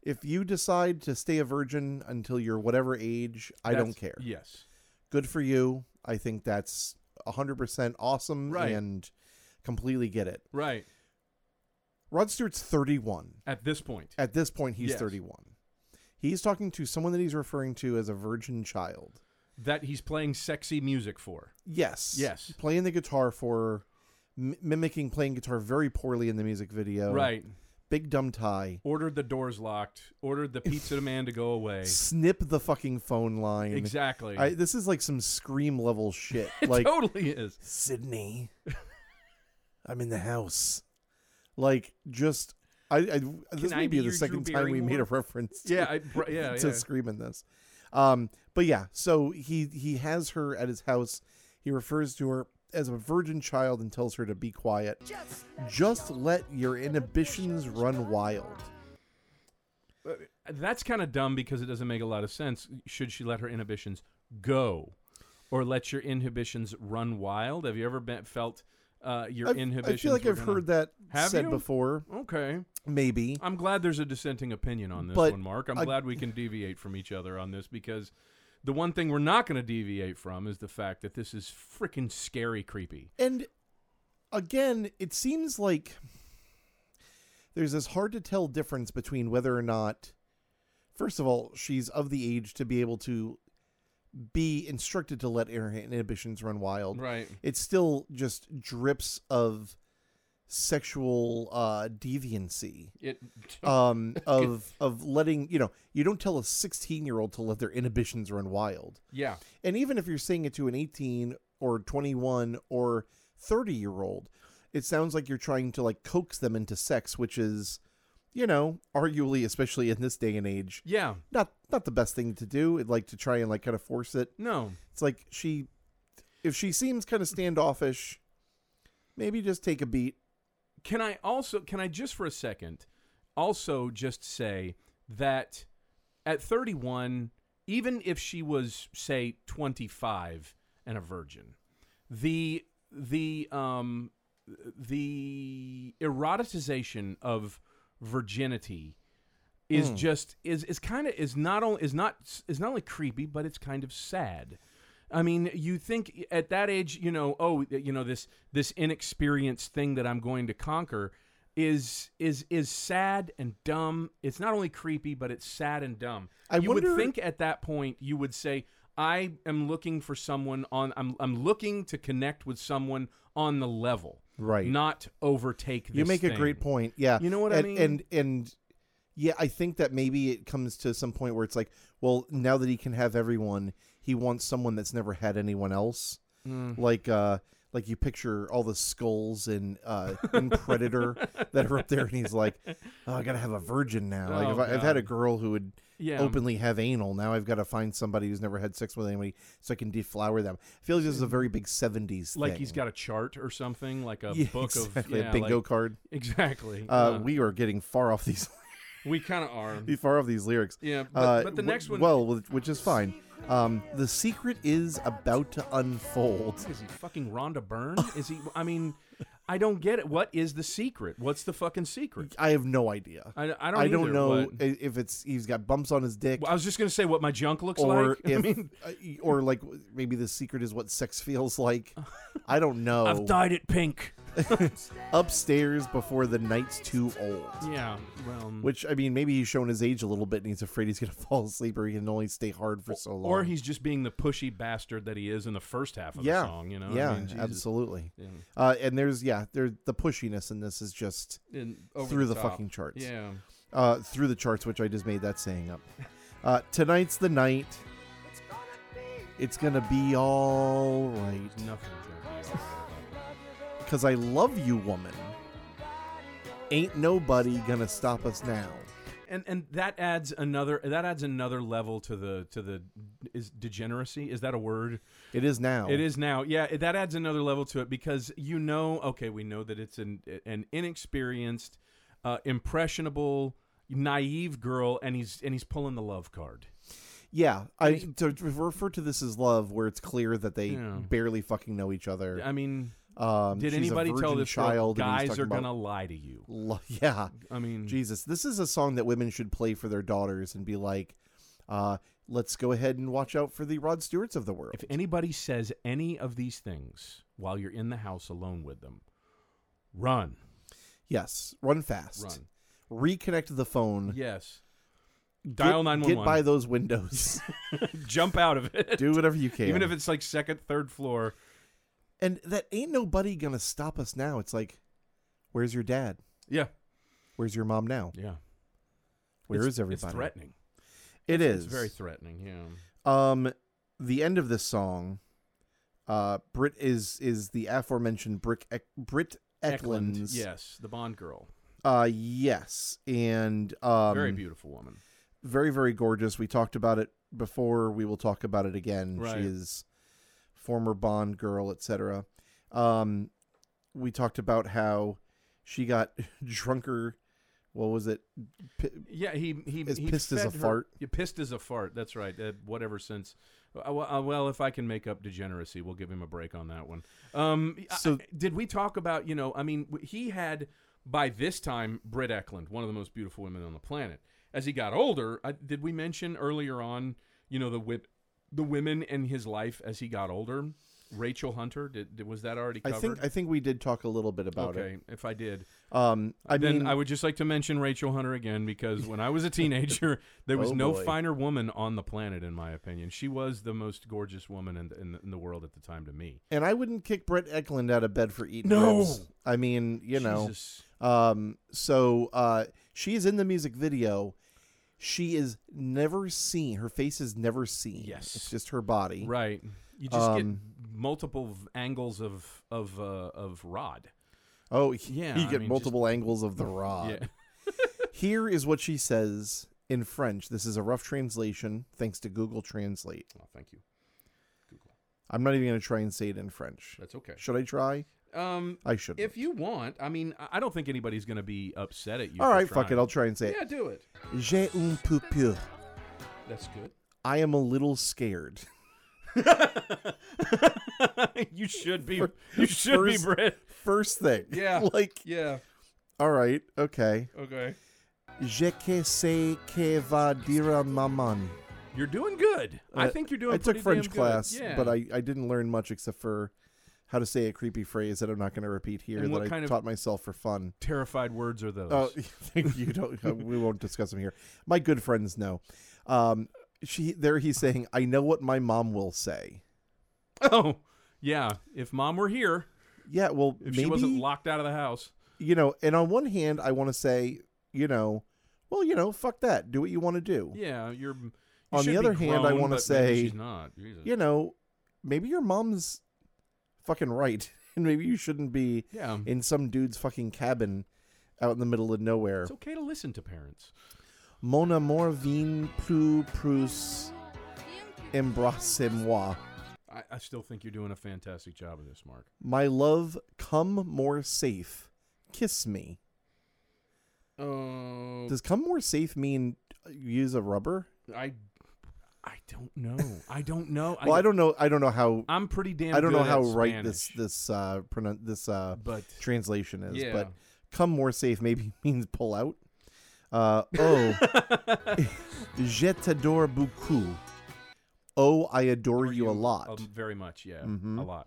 S3: If you decide to stay a virgin until you're whatever age, I
S2: That's-
S3: don't care.
S2: Yes.
S3: Good for you. I think that's 100% awesome
S2: Right.
S3: and completely get it.
S2: Right.
S3: Rod Stewart's 31.
S2: At this point.
S3: At this point, he's
S2: Yes.
S3: 31. He's talking to someone that he's referring to as a virgin child.
S2: That he's playing sexy music for.
S3: Yes.
S2: Yes.
S3: Playing the guitar for m- mimicking playing guitar very poorly in the music video.
S2: Right.
S3: Big dumb tie.
S2: Ordered the doors locked. Ordered the
S3: [LAUGHS]
S2: pizza man to go away.
S3: Snip the fucking phone line.
S2: Exactly.
S3: I, this is like some scream
S2: [LAUGHS]
S3: level shit.
S2: it
S3: like
S2: totally is.
S3: Sydney, I'm in the house. Like just I, I this
S2: I
S3: may
S2: be
S3: be the
S2: your
S3: second
S2: Drew
S3: time we made a reference. To,
S2: Yeah. I, yeah.
S3: [LAUGHS] to
S2: yeah.
S3: scream in this. Um, but yeah, so he he has her at his house. He refers to her as a virgin child and tells her to be quiet. Just let your inhibitions run wild.
S2: That's kind of dumb because it doesn't make a lot of sense. Should she let her inhibitions go, or let your inhibitions run wild? Have you ever been, felt uh, your
S3: I've-
S2: inhibitions?
S3: I feel like
S2: were
S3: I've
S2: gonna-
S3: heard that
S2: Have
S3: said
S2: you?
S3: before.
S2: Okay,
S3: Maybe.
S2: I'm glad there's a dissenting opinion on this
S3: But
S2: one, Mark. I'm
S3: I-
S2: glad we can deviate from each other on this because the one thing we're not going to deviate from is the fact that this is freaking scary, creepy.
S3: And again, it seems like there's this hard to tell difference between whether or not, first of all, she's of the age to be able to be instructed to let her inhibitions run wild.
S2: Right.
S3: It still just drips of sexual uh, deviancy.
S2: It.
S3: Um, of of letting you know you don't tell a sixteen year old to let their inhibitions run wild.
S2: Yeah.
S3: And even if you're saying it to an 18 or 21 or 30 year old, it sounds like you're trying to like coax them into sex, which is, you know, arguably, especially in this day and age,
S2: Yeah.
S3: not not the best thing to do. It like to try and like kind of force it.
S2: No.
S3: It's like she, if she seems kind of standoffish, maybe just take a beat.
S2: can I also can I just for a second also just say that at 31 even if she was say 25 and a virgin the the um the eroticization of virginity is
S3: Hmm.
S2: just is is kind of is not only is not is not only creepy but it's kind of sad I mean, you think at that age, you know, oh, you know this this inexperienced thing that I'm going to conquer is is is sad and dumb. It's not only creepy, but it's sad and dumb.
S3: I
S2: you
S3: wonder-
S2: would think at that point you would say, I am looking for someone on. I'm I'm looking to connect with someone on the level,
S3: Right.
S2: Not overtake. This
S3: you make a great
S2: thing.
S3: point. Yeah.
S2: You know what I
S3: and,
S2: mean?
S3: And and yeah, I think that maybe it comes to some point where it's like, well, now that he can have everyone, he wants someone that's never had anyone else.
S2: Mm.
S3: Like uh like you picture all the skulls in uh
S2: [LAUGHS]
S3: in Predator that are up there and he's like, Oh, I gotta have a virgin now. like
S2: Oh,
S3: if I, I've had
S2: God.
S3: a girl who would
S2: Yeah.
S3: openly have anal, now I've gotta find somebody who's never had sex with anybody so I can deflower them. I feel like this is a very big seventies
S2: Like he's got a chart or something, like a
S3: [LAUGHS] yeah,
S2: book
S3: exactly,
S2: of yeah,
S3: a bingo
S2: like-
S3: card.
S2: exactly.
S3: Uh, we are getting far off [LAUGHS] these
S2: we kind of are.
S3: far off these lyrics.
S2: Yeah, but,
S3: Uh,
S2: but the
S3: wh-
S2: next one.
S3: well, which- which is fine. Um, the secret is about to unfold.
S2: What is he fucking Rhonda Byrne? Is he? I mean, I don't get it. What is the secret? What's the fucking secret?
S3: I have no idea.
S2: I, I don't.
S3: I don't
S2: either,
S3: know
S2: but-
S3: i- if it's he's got bumps on his dick
S2: Well, I was just gonna say what my junk looks
S3: or
S2: like.
S3: if
S2: I mean,
S3: uh, y- or like w- maybe the secret is what sex
S2: [LAUGHS]
S3: feels like. I don't know.
S2: I've dyed it pink.
S3: Upstairs before the night's too old.
S2: Yeah. Well.
S3: Which I mean, maybe he's shown his age a little bit, and he's afraid he's gonna [LAUGHS] fall asleep, or he can only stay hard for so long.
S2: or he's just being the pushy bastard that he is in the first half of
S3: yeah,
S2: the song. You know. I
S3: yeah,
S2: mean, Jesus.
S3: absolutely.
S2: Yeah.
S3: Uh, and there's yeah, there the pushiness in this is just
S2: And over
S3: through the,
S2: top.
S3: fucking charts.
S2: Yeah.
S3: Uh, through the charts, which I just made that
S2: [LAUGHS]
S3: saying up. Uh, tonight's the night. It's gonna be all right.
S2: Nothing.
S3: Cause I love you, woman. Ain't nobody gonna stop us now.
S2: And and that adds another that adds another level to the to the is degeneracy is that a word
S3: It is now.
S2: It is now. Yeah, it- that adds another level to it because you know, okay, we know that it's an an inexperienced, uh, impressionable, naive girl, and he's and he's pulling the love card.
S3: Yeah, I to, to refer to this as love, where it's clear that they
S2: Yeah.
S3: barely fucking know each other.
S2: I mean,
S3: Um,
S2: did
S3: she's a
S2: anybody tell
S3: virgin
S2: this
S3: child?
S2: girl
S3: and
S2: guys
S3: he's talking
S2: are gonna
S3: about
S2: lie to you?
S3: lo- [LAUGHS] yeah.
S2: I mean,
S3: Jesus, this is a song that women should play for their daughters and be like, uh, let's go ahead and watch out for the Rod Stewarts of the world.
S2: if anybody says any of these things while you're in the house alone with them, run,
S3: yes, run fast.
S2: run.
S3: Reconnect the phone.
S2: Yes,
S3: Get-
S2: dial nine one
S3: Get by
S2: one. [LAUGHS]
S3: those windows.
S2: Jump out of it,
S3: Do whatever you can.
S2: even if it's like second, third floor.
S3: and that ain't nobody gonna stop us now. It's like, where's your dad?
S2: Yeah,
S3: Where's your mom now?
S2: yeah.
S3: Where
S2: It's-
S3: is everybody?
S2: It's threatening.
S3: It is
S2: It's very threatening. Yeah.
S3: Um, the end of this song, uh, Brit is is the aforementioned Brick Eck Brit Eklund's.
S2: Yes, the Bond girl.
S3: Uh, yes, and um,
S2: Very beautiful woman.
S3: very very gorgeous. We talked about it before. We will talk about it again.
S2: Right.
S3: She is former Bond girl, etc. Um, we talked about how she got [LAUGHS] drunker. What was it? P-
S2: Yeah, he he,
S3: As
S2: he
S3: pissed as
S2: fed
S3: a
S2: her-
S3: fart.
S2: Yeah, pissed as a fart. That's right. Uh, whatever since. Uh, well, uh, well, if I can make up degeneracy, we'll give him a break on that one. Um, I-
S3: So-
S2: I- did we talk about you know? I mean, w- he had by this time Britt Eklund, one of the most beautiful women on the planet. As he got older, I, did we mention earlier on? You know the whip, the women in his life as he got older. Rachel Hunter. Did, did was that already
S3: I
S2: covered?
S3: think I think we did talk a little bit about
S2: okay,
S3: it.
S2: if I did.
S3: Um, I
S2: then
S3: mean,
S2: I would just like to mention Rachel Hunter again because when I
S3: [LAUGHS]
S2: was a teenager, there was
S3: Oh,
S2: no
S3: boy.
S2: finer woman on the planet, in my opinion. She was the most gorgeous woman in the, in the, in the world at the time to me.
S3: and I wouldn't kick Brett Eklund out of bed for eating
S2: No!
S3: ribs. I mean, you know.
S2: Jesus.
S3: Um, so uh, she is in the music video. She is never seen. Her face is never seen.
S2: Yes.
S3: it's just her body.
S2: right? You just
S3: Um,
S2: get multiple v- angles of of uh, of Rod.
S3: Oh, he-
S2: Yeah,
S3: You
S2: I
S3: get
S2: mean,
S3: multiple angles
S2: [LAUGHS]
S3: of the rod. [LAUGHS]
S2: yeah,
S3: Here is what she says in French. This is a rough translation, thanks to Google Translate.
S2: oh, thank you, Google.
S3: I'm not even going to try and say it in French.
S2: That's okay.
S3: Should I try?
S2: Um,
S3: I should.
S2: if you want, I mean, I I don't think anybody's going to be upset at you.
S3: All
S2: for
S3: right, fuck it.
S2: trying.
S3: I'll try and say
S2: yeah, do it.
S3: it. J'ai un peu peur.
S2: That's good.
S3: I am a little scared. [LAUGHS]
S2: [LAUGHS] you should be. You should
S3: first-
S2: be
S3: [LAUGHS]
S2: Brit.
S3: First thing.
S2: Yeah.
S3: [LAUGHS] like,
S2: Yeah.
S3: all right. Okay.
S2: Okay.
S3: Je que sais que va dire maman.
S2: You're doing good. I
S3: Uh,
S2: think you're doing.
S3: I took
S2: pretty
S3: French
S2: damn good.
S3: class,
S2: Yeah.
S3: but I, I didn't learn much except for how to say a creepy phrase that I'm not going to repeat here
S2: And
S3: that
S2: what
S3: I
S2: kind of-
S3: taught myself for fun.
S2: terrified words
S3: [LAUGHS]
S2: are those.
S3: Oh, you don't. uh, we won't discuss them here. My good friends know. Um, she there he's saying, "I know what my mom will say."
S2: [LAUGHS] Oh, yeah. If mom were here,
S3: Yeah, well,
S2: if
S3: maybe
S2: she wasn't locked out of the house,
S3: you know. And on one hand, I want to say, you know, well, you know, fuck that. Do what you want to do.
S2: yeah, you're. you
S3: On the
S2: should be
S3: other hand, I
S2: grown,
S3: wanna
S2: but maybe
S3: say-
S2: she's not. Jesus.
S3: You know, maybe your mom's fucking right, [LAUGHS] and maybe you shouldn't be
S2: yeah.
S3: in some dude's fucking cabin out in the middle of nowhere.
S2: It's okay to listen to parents.
S3: Mon amour vin plus plus embrassez-moi.
S2: I, I still think you're doing a fantastic job of this, Mark.
S3: My love, come more safe. Kiss me.
S2: Oh,
S3: Does come more safe mean use a rubber?
S2: I, I don't know. I don't know.
S3: [LAUGHS] Well, I don't know. I don't know how.
S2: I'm pretty damn.
S3: I don't know
S2: good
S3: how
S2: at
S3: right this
S2: Spanish,
S3: this uh pronoun this uh
S2: But
S3: translation is.
S2: yeah,
S3: But come more safe maybe [LAUGHS] means pull out. Uh oh.
S2: [LAUGHS]
S3: Je t'adore beaucoup. Oh, I adore you, a lot.
S2: um, very much. Yeah,
S3: Mhm.
S2: a lot.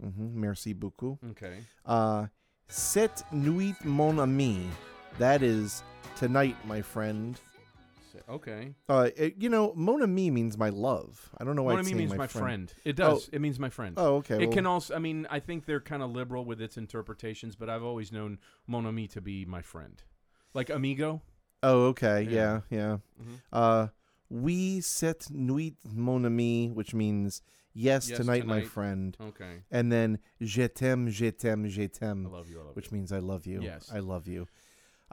S3: hmm Merci beaucoup.
S2: Okay.
S3: Uh, cette nuit, mon ami. That is tonight, my friend.
S2: So- okay.
S3: Uh, it- you know, mon ami means my love. I don't know why
S2: What I
S3: it's
S2: mean
S3: saying
S2: means my, friend. It does. It means my friend.
S3: Oh, okay.
S2: It
S3: well,
S2: can also. I mean, I think they're kind of liberal with its interpretations, but I've always known mon ami to be my friend, like amigo.
S3: oh, okay. Yeah,
S2: Yeah.
S3: yeah.
S2: Mhm.
S3: Uh, oui, cette nuit, mon ami, which means yes,
S2: Yes,
S3: tonight, my
S2: tonight.
S3: friend.
S2: Okay.
S3: And then je t'aime, je t'aime, je
S2: I
S3: t'aime,
S2: love you. I love
S3: Mm. which
S2: you.
S3: means I love you.
S2: Yes.
S3: I love you.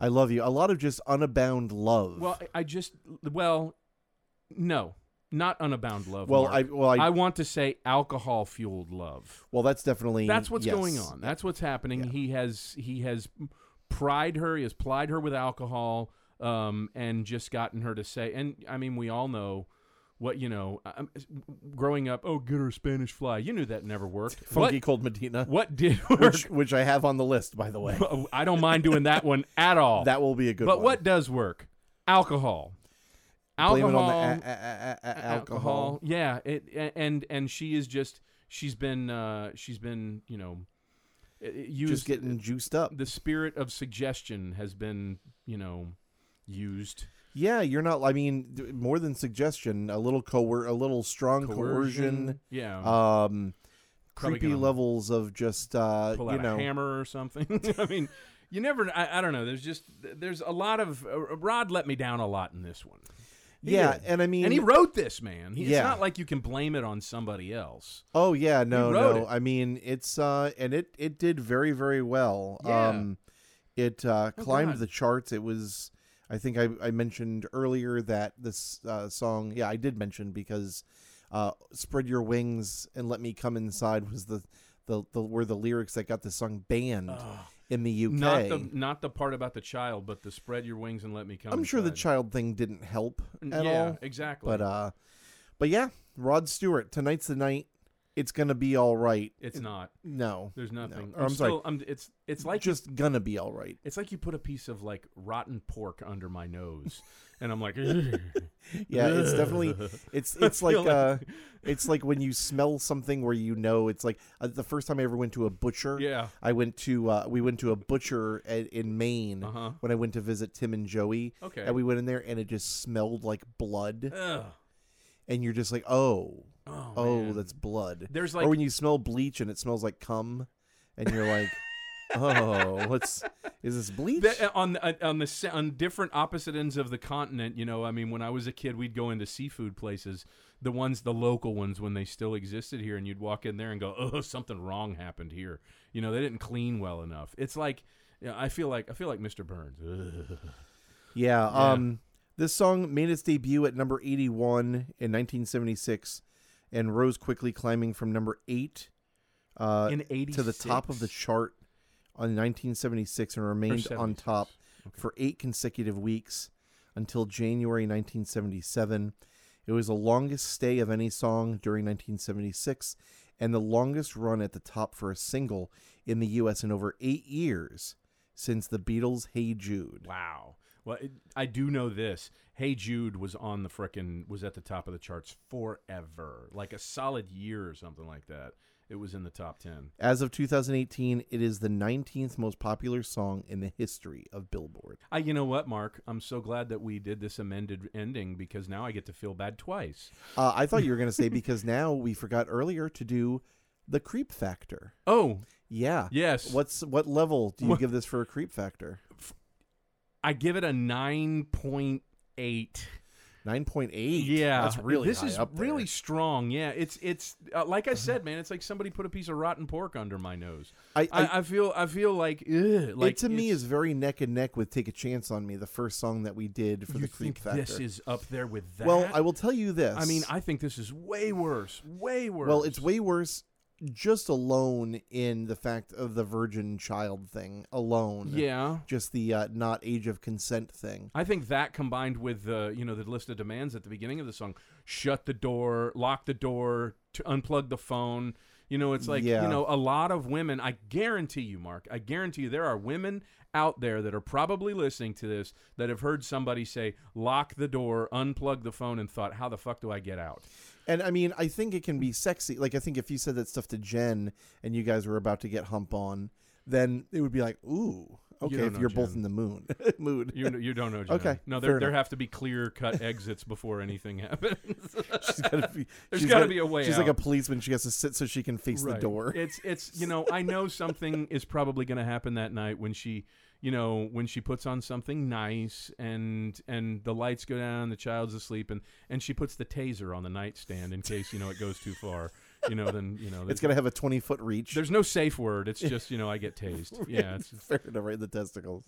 S3: I love you. A lot of just unabound love.
S2: Well, I I just. Well, no, not unabound love.
S3: well,
S2: Mark.
S3: I, well, I,
S2: I want to say alcohol fueled love.
S3: well, that's definitely
S2: That's what's
S3: yes.
S2: going on. That's what's happening.
S3: Yeah.
S2: He has he has pried her. He has plied her with alcohol, um, and just gotten her to say. And I mean, we all know what you know. I- I'm- growing up, oh, get her a Spanish fly. You knew that never
S3: [LAUGHS]
S2: worked.
S3: Funky Cold Medina.
S2: What, [LAUGHS] what did work? [LAUGHS] Oh,
S3: which which I have on the list, by the way.
S2: I don't mind doing that one at all.
S3: That will be a good
S2: but
S3: one.
S2: what does work? Alcohol.
S3: Blame
S2: Alcohol.
S3: it on the a- a- a- a- a- alcohol.
S2: Yeah, it a- and and she is just she's been uh she's been, you know, i- i- used
S3: Just getting juiced up.
S2: the spirit of suggestion has been, you know, used.
S3: Yeah, you're not. I mean, d- more than suggestion, a little coer, a little strong coercion.
S2: Yeah.
S3: Um,
S2: Probably
S3: creepy
S2: gonna
S3: levels of just uh,
S2: pull
S3: you
S2: out
S3: know.
S2: a hammer or something. [LAUGHS] I mean, you never I, I don't know. There's just there's a lot of uh, Rod let me down a lot in this one. He
S3: yeah,
S2: did.
S3: and I mean,
S2: And he wrote this, man. He,
S3: Yeah.
S2: It's not like you can blame it on somebody else.
S3: oh yeah, no,
S2: wrote
S3: no.
S2: it.
S3: I mean, it's uh, and it it did very very well.
S2: Yeah. Oh,
S3: Um, it uh, climbed
S2: God.
S3: the charts. It was. I think I, I mentioned earlier that this uh, song. Yeah, I did mention because uh, "Spread Your Wings and Let Me Come Inside" was the the, the were the lyrics that got the song banned in the UK.
S2: Not the not the part about the child, but the spread your wings and let me come.
S3: I'm sure the
S2: inside.
S3: child thing didn't help
S2: N-
S3: at
S2: yeah,
S3: all.
S2: exactly.
S3: But uh, but yeah, Rod Stewart. Tonight's the night. It's gonna be all right.
S2: it's not.
S3: No,
S2: There's nothing.
S3: Or I'm sorry.
S2: still- I'm- it's it's like you-
S3: just gonna be all right.
S2: it's like you put a piece of like rotten pork under my nose, and I'm like,
S3: Yeah,
S2: [LAUGHS]
S3: it's definitely it's it's like
S2: feel like-
S3: uh, it's like when you smell something where you know it's like uh, the first time I ever went to a butcher.
S2: [LAUGHS] yeah,
S3: I went to uh, we went to a butcher at, in Maine
S2: uh huh,
S3: when I went to visit Tim and Joey,
S2: okay.
S3: and we went in there and it just smelled like blood,
S2: Ugh.
S3: and you're just like, oh,
S2: Oh,
S3: oh,
S2: man.
S3: that's blood.
S2: there's like
S3: or when you smell bleach and it smells like cum, and
S2: [LAUGHS]
S3: you're like, oh, what's is this bleach?
S2: the, eh, on the- on the se- on different opposite ends of the continent. You know, I mean, when I was a kid, we'd go into seafood places, the ones, the local ones, when they still existed here, and you'd walk in there and go, "Oh, something wrong happened here." You know, they didn't clean well enough. It's like, you know, I feel like I feel like Mr. Burns. Ugh. Yeah.
S3: Yeah. Um, this song made its debut at number 81 in 1976 and rose quickly, climbing from number 8 uh,
S2: In eighty
S3: to the top of the chart on 1976 and remained on
S2: 76.
S3: top
S2: Okay.
S3: for eight consecutive weeks until January 1977. It was the longest stay of any song during 1976 and the longest run at the top for a single in the U.S. in over eight years since the Beatles' Hey Jude.
S2: Wow. Well, it, I do know this. Hey Jude was on the frickin' was at the top of the charts forever, like a solid year or something like that. it was in the top 10.
S3: As of 2018, it is the 19th most popular song in the history of Billboard.
S2: I, you know what, Mark? I'm so glad that we did this amended ending because now I get to feel bad twice.
S3: Uh, I thought you were going
S2: [LAUGHS]
S3: to say because now we forgot earlier to do the creep factor.
S2: Oh,
S3: Yeah.
S2: yes.
S3: What's what level do you give this for a creep factor?
S2: I give it a 9.8.
S3: 9.8.
S2: Yeah,
S3: That's really
S2: this
S3: high
S2: is
S3: up there.
S2: really strong. Yeah, it's it's uh, like I said, man. It's like somebody put a piece of rotten pork under my nose.
S3: I, I,
S2: I, I feel I feel like ugh, like
S3: it to me
S2: it's-
S3: is very neck and neck with "Take a Chance on Me," the first song that we did for
S2: you
S3: the creep
S2: think
S3: factor.
S2: This is up there with that.
S3: well, I will tell you this.
S2: I mean, I think this is way worse. Way worse.
S3: Well, it's way worse just alone in the fact of the virgin child thing alone.
S2: yeah.
S3: Just the uh, not age of consent thing.
S2: I think that combined with the you know the list of demands at the beginning of the song, shut the door, lock the door, to unplug the phone. You know, it's like
S3: Yeah.
S2: you know a lot of women. I guarantee you, Mark. I guarantee you, there are women out there that are probably listening to this that have heard somebody say, "Lock the door, unplug the phone," and thought, "How the fuck do I get out?"
S3: And I mean, I think it can be sexy. Like, I think if you said that stuff to Jen and you guys were about to get hump on, then it would be like, ooh, okay,
S2: don't
S3: if
S2: know
S3: you're both
S2: Jen.
S3: in
S2: [LAUGHS]
S3: the moon mood.
S2: You you don't know. Jen.
S3: Okay,
S2: No, there
S3: fair
S2: there
S3: enough.
S2: have to be clear
S3: [LAUGHS]
S2: cut exits before anything happens.
S3: She's gotta be,
S2: [LAUGHS] There's
S3: she's
S2: gotta
S3: gotta-
S2: be a way
S3: She's like a
S2: out.
S3: policeman. She has to sit so she can face the
S2: Right.
S3: door.
S2: It's it's you know I know something is probably going to happen that night when she you know when she puts on something nice and and the lights go down the child's asleep and and she puts the taser on the nightstand in case you know it goes too far you know then you know
S3: [LAUGHS] It's gonna have a twenty foot reach.
S2: [LAUGHS] there's no safe word it's just you know I get tased yeah it's,
S3: [LAUGHS] fair to right in
S2: [LAUGHS]
S3: the testicles.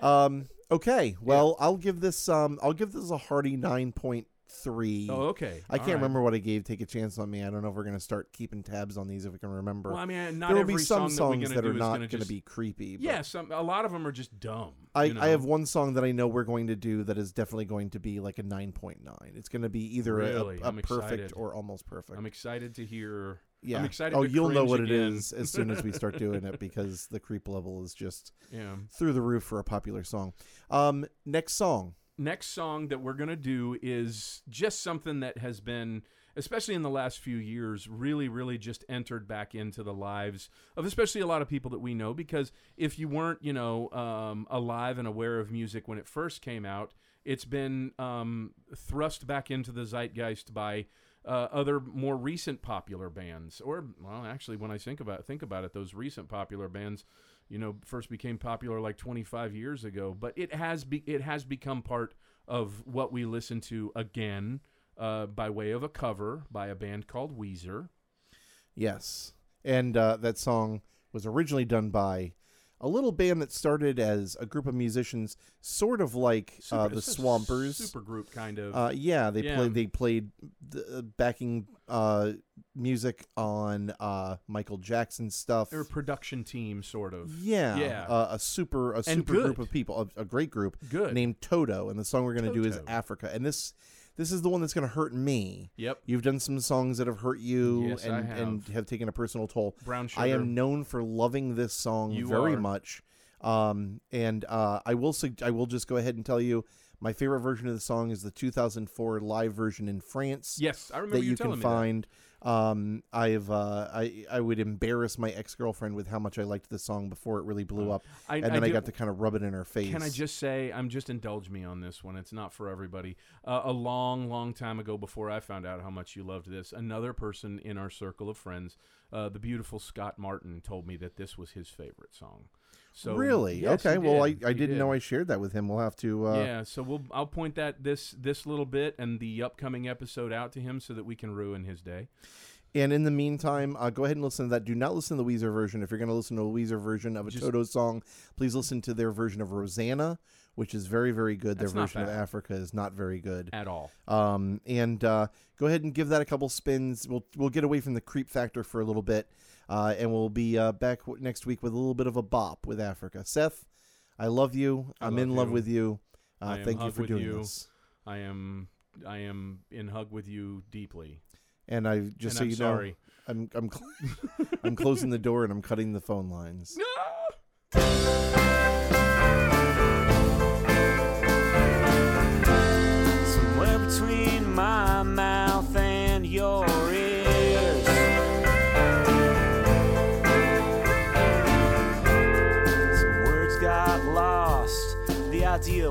S3: um, okay, well, I'll give this. Um, I'll give this a hearty nine point three.
S2: oh okay
S3: I
S2: All
S3: can't
S2: right.
S3: remember what I gave. Take a chance on me. I don't know if we're gonna start keeping tabs on these if we can remember.
S2: well I mean not
S3: there will
S2: every
S3: be some
S2: song
S3: songs
S2: that,
S3: that
S2: we're gonna
S3: are
S2: do is
S3: not
S2: gonna
S3: gonna
S2: just-
S3: be creepy. but
S2: yeah some a lot of them are just dumb
S3: I,
S2: you know?
S3: I have one song that I know we're going to do that is definitely going to be like a 9.9. It's going to be either a- a-
S2: Really?
S3: a,
S2: I'm
S3: perfect
S2: excited.
S3: or almost perfect.
S2: I'm excited to hear
S3: yeah.
S2: I'm excited
S3: Oh,
S2: to
S3: you'll know
S2: cringe
S3: what it
S2: again.
S3: is as soon as we start
S2: [LAUGHS]
S3: doing it because the creep level is just
S2: yeah
S3: through the roof for a popular song. Um, next song.
S2: next song that we're going to do is just something that has been especially in the last few years really really just entered back into the lives of especially a lot of people that we know because if you weren't you know um, alive and aware of music when it first came out it's been um, thrust back into the zeitgeist by uh, other more recent popular bands or well actually when i think about think about it those recent popular bands you know first became popular like 25 years ago but it has be- it has become part of what we listen to again uh, by way of a cover by a band called Weezer
S3: Uh, Yes. And uh, that song was originally done by a little band that started as a group of musicians, sort of like uh, the Swampers.
S2: super group kind of
S3: Uh, yeah, they
S2: Yeah.
S3: played. They played the backing uh, music on uh, Michael Jackson stuff.
S2: or production team sort of
S3: yeah,
S2: yeah.
S3: Uh, a super a super group
S2: good.
S3: of people, a, a great group
S2: good
S3: named Toto, and the song we're gonna do is
S2: Toto.
S3: Africa. And this this is the one that's gonna hurt me.
S2: yep
S3: You've done some songs that have hurt you
S2: Yes,
S3: and
S2: I have.
S3: and have taken a personal toll.
S2: brown sugar
S3: I am known for loving this song
S2: You
S3: very
S2: are.
S3: much. Um, and uh, I will sug- I will just go ahead and tell you my favorite version of the song is the 2004 live version in France
S2: yes I remember
S3: that you
S2: telling
S3: can
S2: me that.
S3: find. Um, I've uh, I I would embarrass my ex girlfriend with how much I liked the song before it really blew up,
S2: Oh. I,
S3: and then I,
S2: do-
S3: got to kind of rub it in her face.
S2: Can I just say, I'm just indulge me on this one. It's not for everybody. Uh, a long, long time ago, before I found out how much you loved this, another person in our circle of friends, uh, the beautiful Scott Martin, told me that this was his favorite song. So
S3: really?
S2: Yes,
S3: okay.
S2: he
S3: Well, I, I
S2: did. He
S3: didn't
S2: did.
S3: know I shared that with him. We'll have to. Uh,
S2: yeah, so we'll I'll point that this this little bit and the upcoming episode out to him so that we can ruin his day.
S3: And in the meantime, uh, go ahead and listen to that. Do not listen to the Weezer version. If you're going to listen to a Weezer version of a
S2: Just-
S3: Toto song, please listen to their version of Rosanna, which is very, very good. Their
S2: That's not
S3: version of
S2: bad.
S3: Africa is not very good.
S2: At all.
S3: Um, and uh, go ahead and give that a couple spins. We'll we'll get away from the creep factor for a little bit, uh, and we'll be uh, back w- next week with a little bit of a bop with Africa. Seth, I love you.
S2: I
S3: I'm
S2: love
S3: in love
S2: you.
S3: with you. Uh,
S2: I am
S3: thank you
S2: hug
S3: for
S2: with
S3: doing
S2: you.
S3: this.
S2: I am I am in hug with you deeply.
S3: And I
S2: and
S3: just so
S2: I'm
S3: you
S2: sorry.
S3: know, I'm I'm cl- [LAUGHS] I'm closing the door and I'm cutting the phone lines.
S4: Somewhere between my mouth and your ears. idea